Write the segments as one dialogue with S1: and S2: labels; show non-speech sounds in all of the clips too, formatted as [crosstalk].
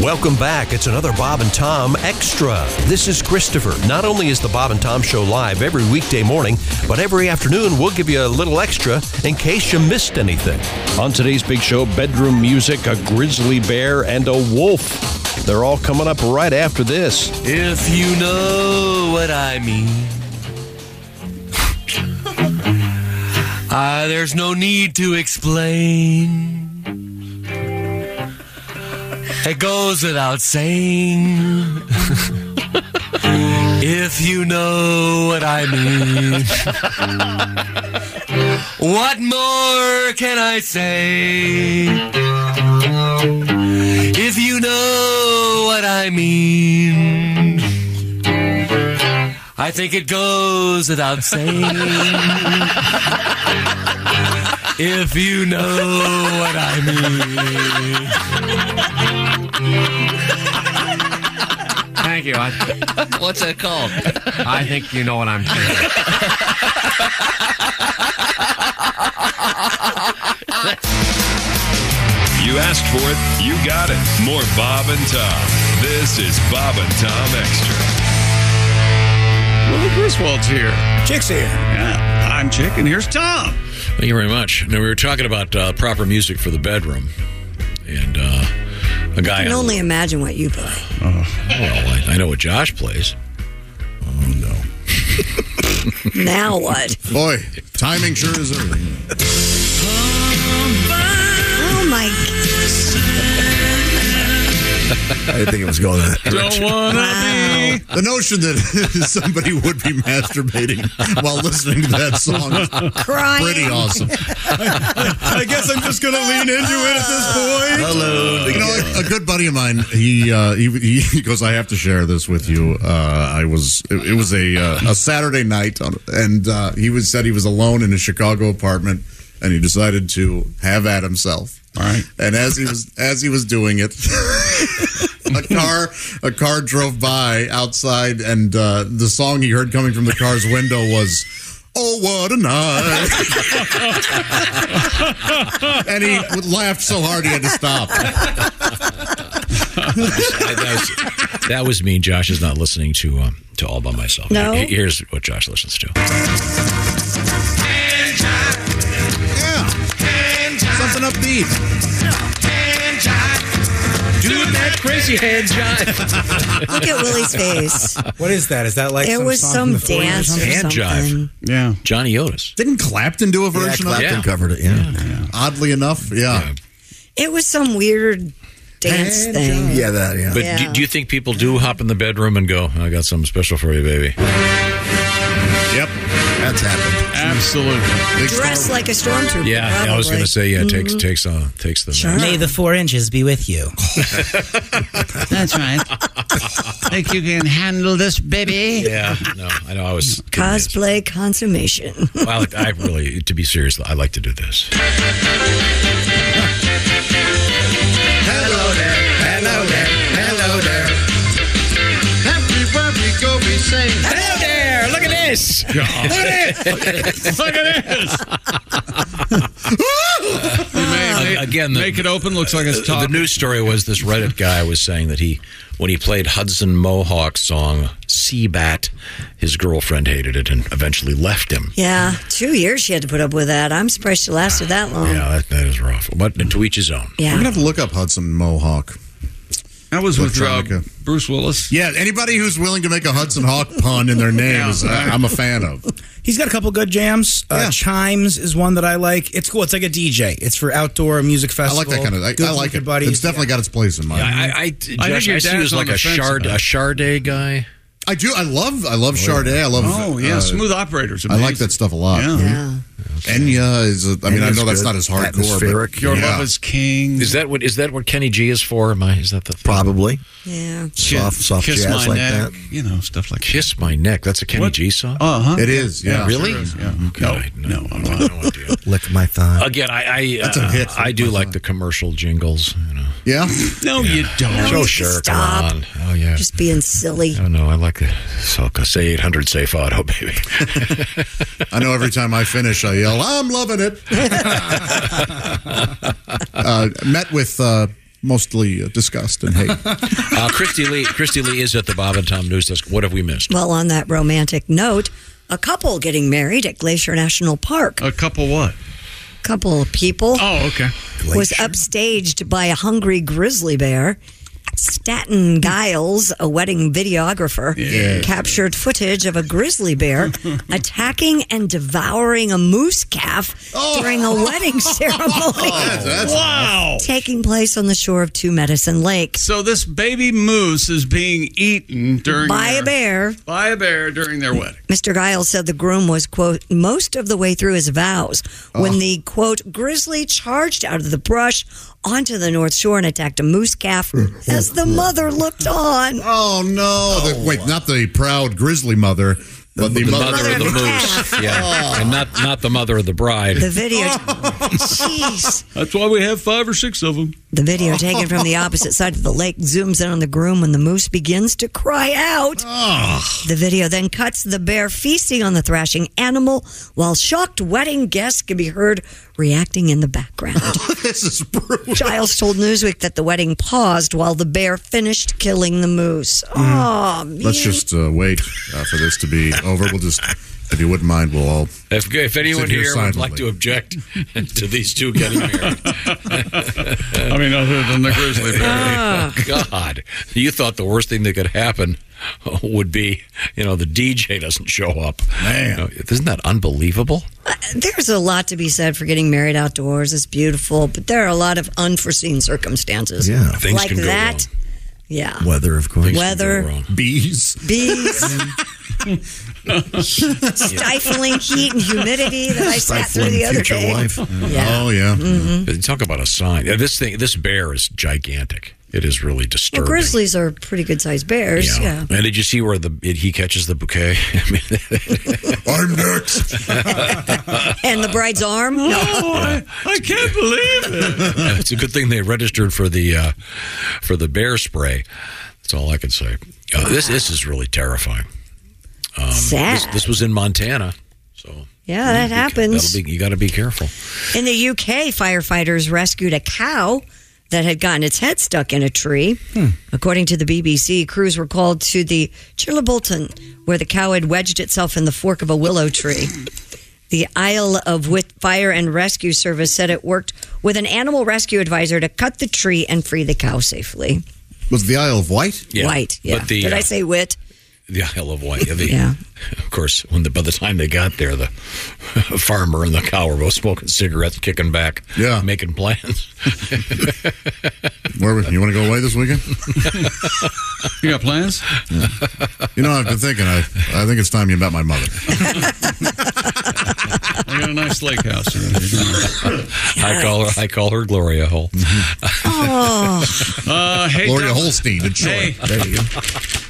S1: Welcome back. It's another Bob and Tom Extra. This is Christopher. Not only is the Bob and Tom Show live every weekday morning, but every afternoon we'll give you a little extra in case you missed anything.
S2: On today's Big Show, bedroom music, a grizzly bear, and a wolf. They're all coming up right after this.
S3: If you know what I mean. Uh, there's no need to explain. It goes without saying. [laughs] if you know what I mean. [laughs] what more can I say? If you know what I mean. I think it goes without saying. If you know what I mean.
S4: Thank you. I,
S5: What's that called?
S4: I think you know what I'm saying.
S6: You asked for it, you got it. More Bob and Tom. This is Bob and Tom Extra.
S7: Willie Griswold's here.
S8: Chick's here.
S7: Yeah, I'm Chick, and here's Tom.
S9: Thank you very much. Now we were talking about uh, proper music for the bedroom, and uh, a guy.
S10: I can only imagine what you
S9: [laughs]
S10: play.
S9: well, I, I know what Josh plays. Oh no!
S10: Now what?
S8: Boy, timing sure is everything.
S10: Oh my! g-
S8: I didn't think it was going that direction.
S10: Wow.
S8: The notion that [laughs] somebody would be masturbating while listening to that song is
S10: Crying.
S8: [laughs] pretty awesome. I, I guess I'm just going to lean into it at this point. Hello. You know, a, a good buddy of mine, he, uh, he he goes, I have to share this with you. Uh, I was it, it was a uh, a Saturday night, on, and uh, he was said he was alone in his Chicago apartment, and he decided to have at himself. All right. And as he was as he was doing it. a car a car drove by outside and uh, the song he heard coming from the car's window was Oh what a night! and [laughs] he laughed so hard he had to stop.
S9: I- that, was, that was me. Josh is not listening to um, to all by myself.
S10: No?
S9: Here- Here's what Josh listens to.
S8: Yeah, something upbeat.
S10: Look at Willie's face.
S3: What is that? Is that like
S10: It
S3: some
S10: was
S3: song
S10: some
S3: from the 40s or
S10: dance or
S3: something?
S9: Hand
S10: something.
S9: jive.
S7: Yeah.
S9: Johnny Otis.
S8: Didn't Clapton do a version of it?
S9: Yeah.
S8: covered it. Yeah. Oddly enough, yeah.
S10: It was some weird dance thing.
S8: Yeah, that. Yeah.
S9: But
S10: Yeah.
S9: do, do you think people do hop in the bedroom and go, "I got something special for you, baby"?
S7: Yep.
S8: That's happened.
S7: Absolutely.
S8: Big
S10: Dressed like a stormtrooper.
S9: Yeah, I was
S10: probably. Mm-hmm.
S9: going to say, yeah, takes takes uh, takes the.
S10: Sure.
S11: May the four inches be with you.
S4: That's right. think you can handle this, baby?
S9: Yeah, no, I know. I was kidding.
S10: Cosplay consummation.
S9: I, like, I really, to be serious, I like to do this. Hello there, hello there, hello there. Happy, go, we sing. Hello there, look at this.
S7: Look at
S9: [laughs]
S7: this.
S9: Uh, Again, the,
S2: Make it open, looks like it's
S9: the, the
S2: top.
S9: news story was this Reddit guy was saying that he, when he played Hudson Mohawk's song "Sea Bat," his girlfriend hated it and eventually left him.
S10: yeah, two years she had to put up with that. I'm surprised she lasted that long.
S9: Yeah, that, that is rough. But to each his own.
S10: Yeah.
S8: We're gonna have to look up Hudson Mohawk.
S2: That was with uh,
S8: Electronica.
S2: Bruce Willis.
S8: Yeah, anybody who's willing to make a Hudson Hawk pun in their name is I, I'm a fan of.
S11: He's got a couple good jams. Uh,
S8: Yeah.
S11: Chimes is one that I like. It's cool. It's like a DJ. It's for outdoor music
S8: I
S11: festival.
S8: like that kind of. I,
S11: Good
S8: I
S11: with
S8: like
S11: your
S8: it.
S11: Buddies.
S8: It's definitely got its place in my.
S9: I, I, I, Josh,
S2: your
S9: I see you
S2: dad's
S9: as
S2: on
S9: like
S2: the
S9: a
S2: fence
S9: shard, a
S2: about
S9: Charday guy.
S8: I do. I love. I love Charday. I love.
S2: Oh, yeah.
S8: uh,
S2: Smooth operators.
S8: I like that stuff a lot.
S2: Yeah.
S10: yeah.
S8: Enya is. A, I mean, I know that's not as hardcore. But
S2: Your
S8: yeah.
S2: love is king.
S9: Is that what is that what Kenny G is for? Am I is that the thing?
S5: Probably.
S10: Yeah.
S2: Ki-
S5: Soft, soft
S2: kiss my
S5: jazz like
S2: neck,
S5: that.
S2: You know, stuff like that.
S9: Kiss My Neck? That's a Kenny G song?
S2: Uh huh.
S8: It is. Yeah.
S9: really?
S2: Yeah.
S9: Okay,
S2: No, no, I'm
S9: no, no idea.
S5: [laughs] Lick my thigh.
S9: Again, I I,
S8: That's a hit.
S9: I do like the commercial jingles. You know.
S8: Yeah.
S2: No, you don't.
S10: No,
S9: oh
S10: you
S9: sure,
S10: stop.
S9: come on. Oh yeah.
S10: Just being silly.
S9: I don't know. I like the Selka. Say 800 Safe Auto, baby.
S8: I know. Every time I finish,
S10: [laughs]
S8: I yell, "I'm loving it." uh, met with uh, mostly uh, disgust
S10: [laughs]
S8: and hate.
S10: Oh,
S9: Uh, Christy Lee, Christy Lee is at the Bob and Tom News Desk. What have we missed?
S10: Well, on that romantic note, a couple getting married at Glacier National Park.
S7: A couple what?
S10: couple of people.
S7: Oh, okay.
S10: Was upstaged by a hungry grizzly bear. Staten Giles, a wedding videographer,
S7: Yeah.
S10: captured footage of a grizzly bear attacking and devouring a moose calf during a wedding ceremony.
S8: [laughs] Oh,
S7: wow.
S10: Taking place on the shore of Two Medicine Lake.
S7: So this baby moose is being eaten during
S10: By a
S7: their-
S10: bear.
S7: by a bear during their wedding.
S10: Mr. Giles said the groom was, quote, most of the way through his vows when the, quote, grizzly charged out of the brush onto the North Shore and attacked a moose calf as the mother looked on.
S8: Oh, no. the, wait, not the proud grizzly mother, but the,
S9: The
S8: mother,
S9: mother of the
S10: calf.
S9: moose, yeah, and not not the mother of the bride.
S10: The video. Jeez.
S7: That's why we have five or six of them.
S10: The video taken from the opposite side of the lake zooms in on the groom when the moose begins to cry out. The video then cuts the bear feasting on the thrashing animal while shocked wedding guests can be heard reacting in the background.
S8: [laughs]
S7: [laughs]
S8: this is brutal.
S10: Giles told Newsweek that the wedding paused while the bear finished killing the moose.
S7: Mm.
S10: Oh, man.
S8: Let's just uh, wait uh, for this to be over. We'll just, if you wouldn't mind, we'll all.
S9: If, if anyone
S8: Sit here
S9: here would like
S8: silently.
S9: to object [laughs] to these two getting married,
S7: I mean, other than the grizzly bear.
S9: [laughs] Oh, God, you thought the worst thing that could happen would be, you know, the DJ doesn't show up. Man, isn't that unbelievable?
S10: There's a lot to be said for getting married outdoors. It's beautiful, but there are a lot of unforeseen circumstances. Yeah,
S9: Things
S10: like
S9: can go
S10: that.
S9: wrong.
S10: Yeah,
S11: Weather, of course.
S9: Things can go
S10: weather,
S9: wrong.
S8: Bees.
S9: [laughs]
S10: bees, stifling heat and humidity that I sat through the other day. Yeah. Mm.
S8: Oh, yeah.
S10: Mm-hmm.
S9: But Talk about a sign. Yeah, This thing, this bear is gigantic. It is really
S10: Well,
S9: disturbing.
S10: grizzlies are pretty good sized bears. Yeah.
S9: And did you see where the it, he catches the bouquet? [laughs] I mean, [laughs]
S8: I'm next.
S10: [laughs] and the bride's
S9: [laughs]
S10: arm. No.
S7: I can't believe it.
S9: it's a good thing they registered for the uh, for the bear spray. That's all I can say. Uh, this this is really terrifying. Um,
S10: Sad.
S9: This, this was in Montana, so
S10: yeah, that happens.
S9: that'll be, you got to be careful.
S10: In the UK, firefighters rescued a cow that had gotten its head stuck in a tree.
S9: Hmm.
S10: According to the BBC, crews were called to the Chilbolton, where the cow had wedged itself in the fork of a willow tree. The Isle of Wight Fire and Rescue Service said it worked with an animal rescue advisor to cut the tree and free the cow safely.
S8: Was the Isle of Wight?
S9: Yeah.
S10: White, yeah.
S9: But the,
S10: Did
S9: uh,
S10: I say wit?
S9: The Isle of Wight. The,
S10: Yeah.
S9: Of course, when the, by the time they got there, the [laughs] farmer and the cow were both smoking cigarettes, kicking back,
S8: Yeah.
S9: making plans. [laughs]
S8: Where, you want to go away this weekend?
S7: [laughs] You got plans?
S8: You know, I've been thinking. I, I think it's time you met my mother.
S7: I got a nice lake house. around here.
S9: I call her. I call her Gloria Hole.
S10: Oh.
S9: [laughs]
S7: Uh, hey,
S8: Gloria
S7: dumb-
S8: Holstein in short.
S7: Hey.
S8: There you go.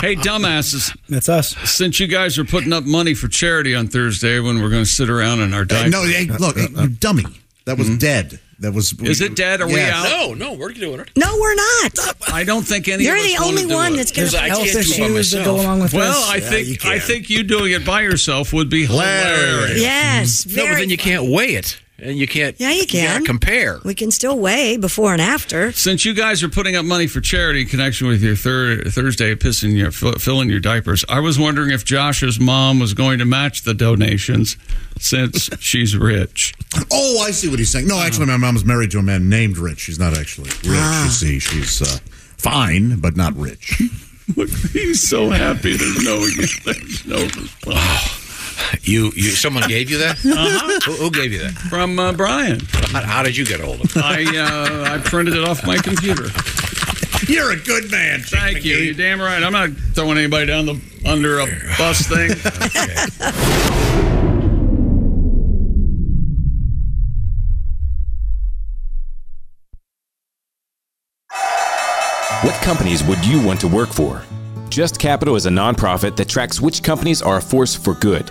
S7: hey, dumbasses.
S11: That's us.
S7: Since you guys are putting up money for charity on Thursday when we're going to sit around in our diapers.
S8: No, hey, look, hey, you dummy. That was dead. That was.
S7: Mm-hmm. Is it dead? Are we
S8: Yes.
S7: out?
S9: No, no, we're doing it.
S10: No, we're not.
S7: I don't think any.
S10: You're
S7: of us
S10: the
S7: wanna
S10: only
S7: do
S10: one
S7: it.
S10: that's going to.
S9: I
S11: Health
S9: can't do it by
S11: issues that go
S9: myself.
S11: along with
S7: Well,
S11: this.
S7: I
S11: Yeah, you
S7: think
S11: can't.
S7: I think you doing it by yourself would be hilarious.
S10: Yes.
S9: No,
S10: Very
S9: but then you can't weigh it, and you can't.
S10: Yeah, you
S9: gotta
S10: can.
S9: compare.
S10: We can still weigh before and after.
S7: Since you guys are putting up money for charity in connection with your thir- Thursday pissing your f- filling your diapers, I was wondering if Josh's mom was going to match the donations since she's rich.
S8: [gasps]
S7: [laughs]
S8: Oh, I see what he's saying. No, actually, my mom's married to a man named Rich. She's not actually rich.
S7: Ah.
S8: You see, she's uh, fine, but not
S7: [laughs]
S8: rich.
S7: He's so happy. There's no, there's no response.
S9: You, you. Someone gave
S10: [laughs]
S9: you that.
S10: Uh-huh.
S9: who, who gave you that?
S7: from uh, Brian.
S9: How, how did you get hold of it?
S7: I uh, I printed it off my computer.
S8: You're a good man. Chief
S7: Thank you.
S8: McGee.
S7: You're damn right. I'm not throwing anybody down the under a bus thing.
S5: What companies would you want to work for? Just Capital is a nonprofit that tracks which companies are a force for good.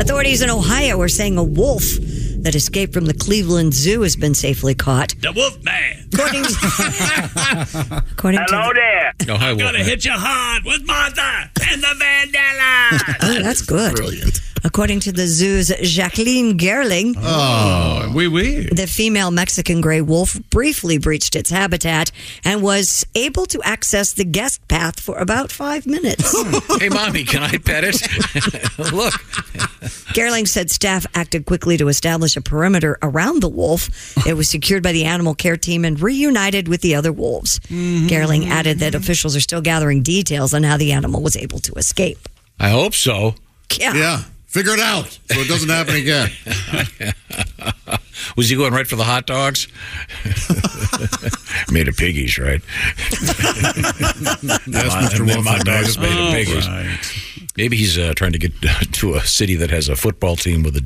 S10: Authorities in Ohio are saying a wolf that escaped from the Cleveland Zoo has been safely caught.
S3: The wolf man.
S10: According
S3: [laughs]
S10: According to
S3: Hello there.
S9: No, hi,
S3: I'm
S9: wolf
S3: gonna
S9: man.
S3: hit you hard with Martha and the Vandella.
S10: [laughs] oh, that's good. Brilliant. According to the zoo's Jacqueline Gerling,
S7: Oh, we we.
S10: the female Mexican gray wolf briefly breached its habitat and was able to access the guest path for about five minutes.
S9: hey, mommy, can I pet it? [laughs] Look.
S10: Gerling said staff acted quickly to establish a perimeter around the wolf. It was secured by the animal care team and reunited with the other wolves. Gerling added that officials are still gathering details on how the animal was able to escape.
S9: I hope so.
S10: Yeah.
S8: Yeah. Figure it out so it doesn't happen
S7: [laughs]
S8: again.
S9: Was he going right for the hot dogs? [laughs] made of
S12: [laughs]
S9: piggies, right?
S8: Mr.
S9: And then
S8: Wolf,
S9: my
S8: the
S9: dog's
S8: dog's
S9: made
S12: Oh,
S8: all
S9: of piggies. Maybe he's uh, trying to get [laughs] to a city that has a football team with a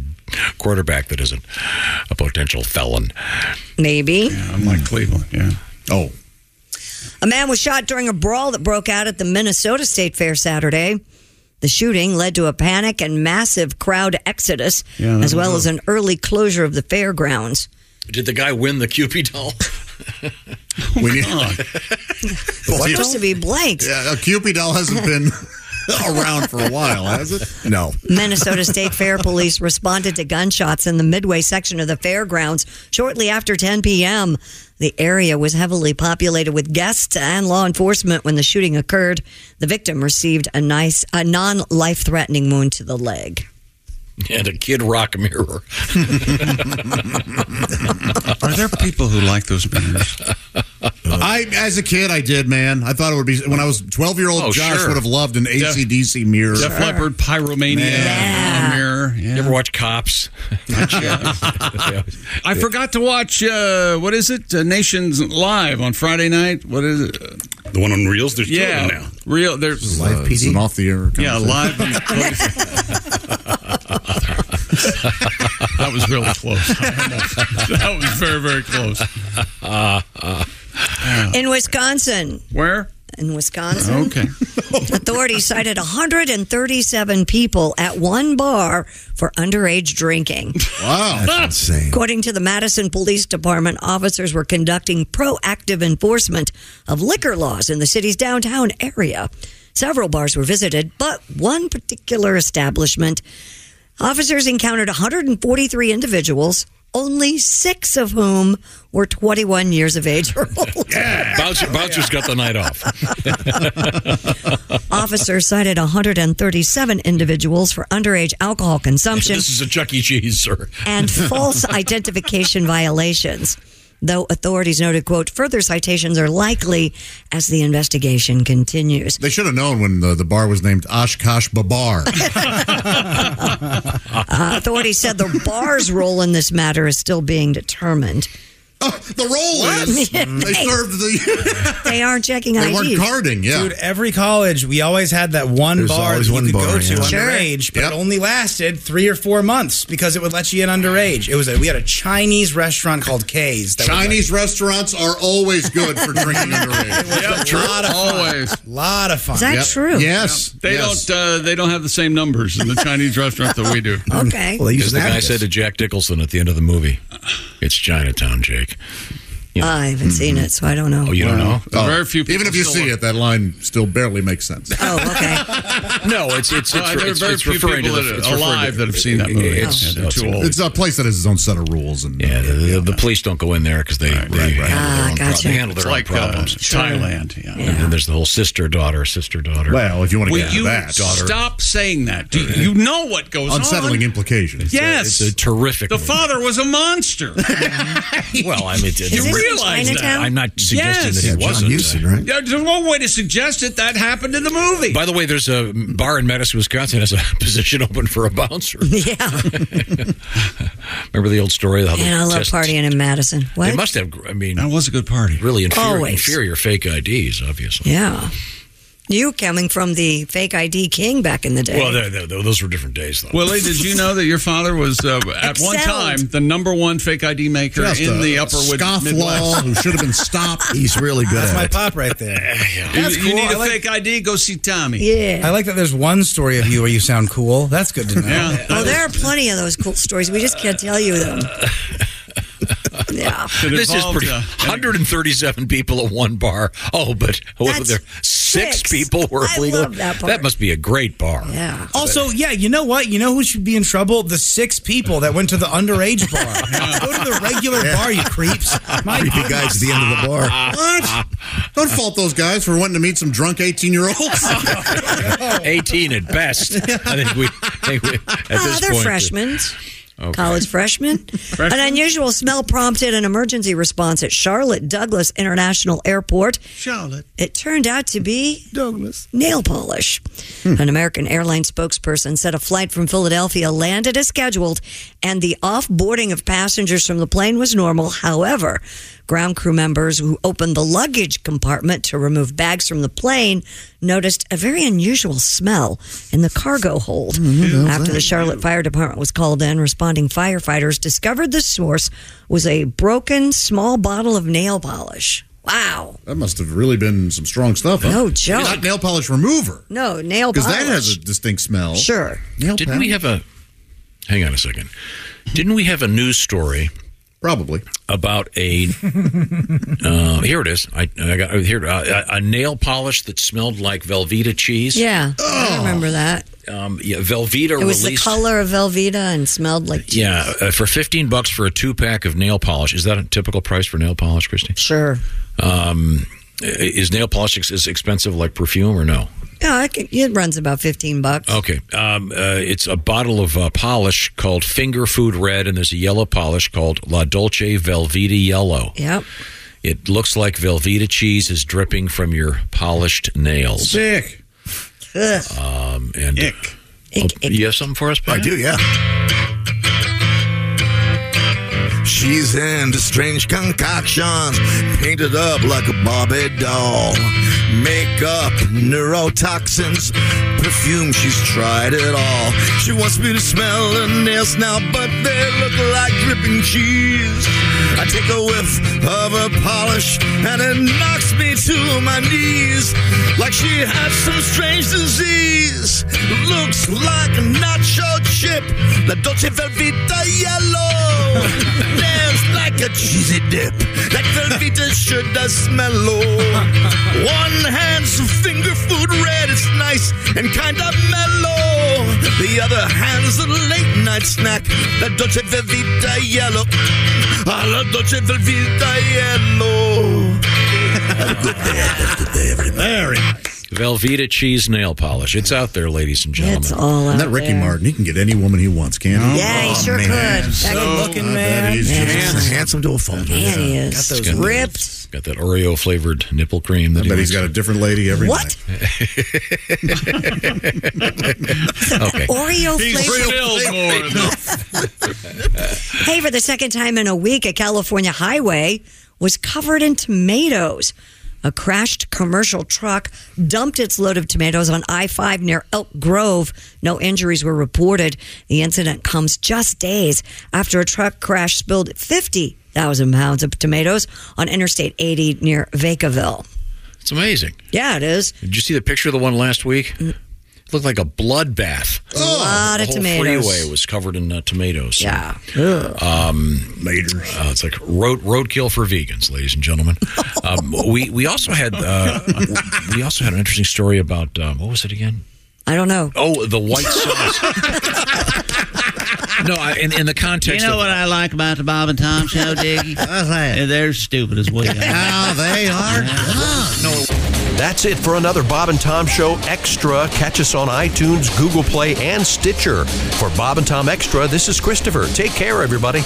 S9: quarterback that isn't a potential felon. [laughs]
S10: Maybe.
S7: [laughs] I'm like Cleveland. Yeah.
S8: Oh,
S10: A man was shot during a brawl that broke out at the Minnesota State Fair Saturday. The shooting led to a panic and massive crowd exodus,
S9: Yeah, that
S10: as well
S9: was
S10: as an early closure of the fairgrounds.
S9: Did the guy win the Cupid doll?
S8: we need.
S10: It's supposed to be blanks.
S8: Yeah, a Cupid doll hasn't been [laughs] around for a while, has it? No.
S9: [laughs]
S10: Minnesota State Fair police responded to gunshots in the midway section of the fairgrounds shortly after 10 p.m. The area was heavily populated with guests and law enforcement when the shooting occurred. The victim received a nice, a non-life-threatening wound to the leg.
S9: and a Kid Rock mirror.
S7: Are there people who like those banners?
S8: I, as a kid, I did, man. I thought it would be when I was twelve year old.
S7: Oh,
S8: Josh
S7: sure.
S8: would have loved an
S7: Def-
S8: ACDC mirror.
S7: [laughs] Def Leppard, Pyromania,
S8: Man.
S7: on Mirror. Yeah.
S9: You ever watch Cops?
S7: I forgot to watch, uh, what is it? Uh, Nations Live on Friday night. What is it?
S12: The one on Reels? There's two of
S7: yeah.
S12: them now.
S7: Real. There's
S8: Uh, it's an off the air.
S7: Yeah, live.
S8: conversation.
S7: [laughs] that was really close. [laughs] that was very, very close.
S10: In Wisconsin.
S7: Where?
S10: In Wisconsin.
S7: Okay.
S10: Authorities cited 137 people at one bar for underage drinking.
S8: Wow.
S13: That's insane.
S10: According to the Madison Police Department, officers were conducting proactive enforcement of liquor laws in the city's downtown area. Several bars were visited, but one particular establishment, officers encountered 143 individuals, only six of whom were 21 years of age or older.
S9: Bouncer, Bouncer's got the
S12: [laughs]
S9: night off.
S10: Officers cited 137 individuals for underage alcohol consumption
S9: This is a Chuck E. Cheese, sir. [laughs]
S10: and false identification violations. Though authorities noted, quote, further citations are likely as the investigation continues.
S8: They should have known when the, the bar was named Oshkosh Babar.
S10: Uh, authorities said the bar's role in this matter is still being determined.
S8: the role is they served the.
S10: they aren't checking
S11: They
S10: IDs.
S11: weren't
S8: carding, yeah.
S11: Dude, every college, we always had that one
S13: There's
S11: bar that
S13: always
S11: you
S13: one
S11: could
S13: bar,
S11: go to
S13: yeah. Sure.
S11: underage, but it only lasted three or four months because it would let you in underage. It was a, we had a Chinese restaurant called K's. That
S8: Chinese restaurants are always good for drinking underage.
S11: was like, a lot of
S7: Always.
S11: fun. lot of fun.
S7: Yep.
S8: Yes.
S7: They don't. Uh, they don't have the same
S8: [laughs]
S7: numbers in the Chinese restaurant that we do.
S10: Okay.
S11: Well,
S9: Because the guy said to Jack Nicholson at the end of the movie, "It's Chinatown, Jake."
S10: I haven't seen it, so I don't know.
S9: Oh, you don't know?
S8: Oh,
S7: Very few. People
S8: Even if you
S7: still
S8: see it, that line still barely makes sense.
S10: Oh,
S9: [laughs]
S10: okay.
S9: No, it's it's
S7: Uh,
S9: it's,
S7: there are
S9: it's,
S7: very
S9: it's
S7: few
S9: referring to
S7: people
S9: the
S7: that are
S9: it's referring
S7: alive
S9: to,
S7: that have seen that movie.
S9: It's,
S7: Yeah, they're too old.
S8: It's a place that has its own set of rules. And
S9: Yeah, the, the, the police don't go in there because they, they, handle their
S10: Ah,
S9: own pro-
S10: gotcha.
S9: they handle their
S7: It's
S9: own
S7: like uh,
S9: problems.
S7: Thailand. Yeah.
S9: And then there's the whole sister daughter, sister daughter.
S8: well, if you want to
S7: Will
S8: get
S7: you
S8: to that,
S7: stop saying that? Do you, you know what goes
S8: unsettling
S7: on?
S8: implications.
S7: Yes.
S9: It's a terrific.
S7: the
S9: movie.
S8: [laughs]
S7: father was a monster.
S9: well, I mean, it's,
S10: Is this
S7: realize that.
S9: I'm not suggesting
S7: Yes.
S9: that he wasn't.
S7: Yeah, There's one way to suggest it. That happened in the movie.
S9: By the way, there's a bar in Madison, Wisconsin, has a [laughs] position open for a bouncer.
S10: [laughs] Yeah.
S9: Remember the old story? How they
S10: And I love
S9: test-
S10: partying in Madison. What?
S9: They must have. I mean, that
S7: was a good party.
S9: Really inferior,
S10: Always.
S9: inferior fake IDs, obviously.
S10: Yeah. You coming from the fake ID king back in the day.
S9: Well, th- th- those were different days, though.
S7: Willie, did you know that your father was uh, at one
S10: Excelled.
S7: time the number one fake ID maker
S8: Just
S7: in
S8: a
S7: the Upper Wood
S8: scofflaw
S7: Midwest?
S8: who should have been stopped. He's really good
S11: That's my pop right there.
S9: [laughs]
S7: You,
S11: That's
S7: you
S11: cool.
S7: need
S11: I
S7: a
S11: like-
S7: fake ID? Go see Tommy.
S11: I like that there's one story of you where you sound cool. That's good to know.
S7: Yeah.
S10: Oh, there are plenty of those cool stories. We just can't tell
S9: [laughs]
S10: you them. Yeah.
S9: this is
S10: involved,
S9: pretty. [laughs]
S10: uh,
S9: 137 people at one bar. Oh, but what were
S11: That's
S9: there? Six,
S11: six.
S9: people were
S11: I
S9: illegal.
S11: love that part.
S9: must be a great bar.
S10: Yeah.
S11: [laughs]
S10: Ah,
S11: Also, yeah, you know what? You know who should be in trouble? The six people that went to the underage bar. Go to the regular bar, you creeps. My
S8: Creepy guys at the end of the bar. What? [laughs] Don't fault those guys for wanting to meet some drunk 18 year olds.
S9: 18 at best. I think we. Think we at
S10: Ah,
S9: this
S10: they're
S9: point,
S10: freshmen.
S9: Okay.
S10: College freshmen. An unusual smell prompted an emergency response at Charlotte Douglas International Airport.
S7: Charlotte.
S10: It turned out to be
S11: Douglas
S10: nail polish.
S8: Hmm.
S10: An American Airlines spokesperson said a flight from Philadelphia landed as scheduled, and the offboarding of passengers from the plane was normal. However, ground crew members who opened the luggage compartment to remove bags from the plane noticed a very unusual smell in the cargo hold.
S8: Hmm,
S10: After the Charlotte Fire Department was called in, responding firefighters discovered the source was a broken small bottle of nail polish. Wow.
S8: That must have really been some strong stuff. Huh?
S10: No joke.
S8: Not nail polish remover.
S10: No, nail
S8: Because
S10: polish.
S8: that has a distinct smell.
S10: Sure.
S8: Nail
S9: Didn't we have a? Hang on a second. Didn't we have a news story?
S8: Probably
S9: about a. uh, here it is. I, I got here uh, a nail polish that smelled like Velveeta cheese.
S10: Yeah, I remember that.
S9: Um, yeah, Velveeta
S10: it was
S9: released.
S10: the color of Velveeta and smelled like
S9: Yeah, uh, for fifteen bucks for a two pack of nail polish. Is that a typical price for nail polish, Christy?
S10: Sure.
S9: Um, i- is nail polish ex- as expensive like perfume or no?
S10: yeah. I could, it runs about fifteen bucks.
S9: Okay, um, uh, it's a bottle of uh, polish called Finger Food Red, and there's a yellow polish called La Dolce Velveeta Yellow.
S10: Yep.
S9: It looks like Velveeta cheese is dripping from your polished nails.
S8: Sick.
S10: Ugh.
S9: Um, and Oh, you have something for us? Pat?
S13: I do, yeah. She's into strange concoctions, painted up like a Barbie doll. Makeup, neurotoxins, perfume, she's tried it all. She wants me to smell her nails now, but they look like dripping cheese. I take a whiff of her polish, and it knocks me to my knees like she has some strange disease. Looks like a nacho chip, La Dolce Velveeta yellow. Nails like a cheesy dip, like Velveeta should does smell low. One hand's finger food red, it's nice and kind of mellow. The other hand's a late night snack, La Dolce Velveeta yellow. Ah, La Dolce Velveeta yellow. Have a good day. Have a good day, everybody.
S9: Velveeta cheese nail polish. It's out there, ladies and gentlemen.
S10: It's all
S8: And that Ricky Martin, he can get any woman he wants, can't he? Oh,
S10: Yeah, he sure could. That good-looking man.
S8: he's
S10: Yeah.
S8: just handsome to a fault.
S10: Man, he is
S9: It's got-
S10: ripped.
S9: Got that Oreo flavored nipple cream. That
S8: I bet he's got a different lady every
S10: What?
S9: night. okay.
S10: Oreo flavored. Hey, for the second time in a week, a California highway was covered in tomatoes. A crashed commercial truck dumped its load of tomatoes on I 5 near Elk Grove. No injuries were reported. The incident comes just days after a truck crash spilled 50,000 pounds of tomatoes on Interstate 80 near Vacaville.
S9: It's amazing.
S10: Yeah, it is.
S9: Did you see the picture of the one last week? It looked like a bloodbath.
S10: A lot
S9: Oh, the
S10: of
S9: whole
S10: tomatoes.
S9: freeway was covered in uh, tomatoes.
S10: Yeah.
S9: Um, Later. Uh, it's like road roadkill for vegans, ladies and gentlemen. um, we we also had uh, we also had an interesting story about uh, what was it again?
S10: I don't know.
S9: Oh, the
S4: [laughs]
S9: white sauce. no, I, in, in the context.
S4: You know
S9: of,
S4: what I like about the Bob and Tom show, Diggy? They're stupid as we are.
S1: How they are. That's it for another Bob and Tom Show Extra. Catch us on iTunes, Google Play, and Stitcher. For Bob and Tom Extra, this is Christopher. Take care, everybody.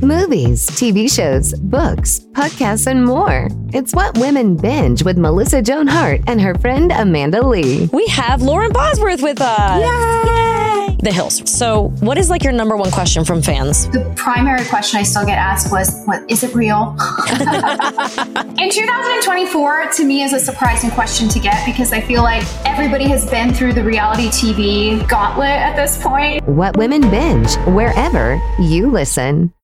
S10: Movies, TV shows, books, podcasts, and more. It's what women binge with Melissa Joan Hart and her friend Amanda Lee.
S14: We have Lauren Bosworth with us. The Hills. So, what is like your number one question from fans?
S8: The primary question I still get asked was, "What is it real?" In 2024, to me, is a surprising question to get because I feel like everybody has been through the reality TV gauntlet at this point.
S10: What Women Binge, wherever you listen.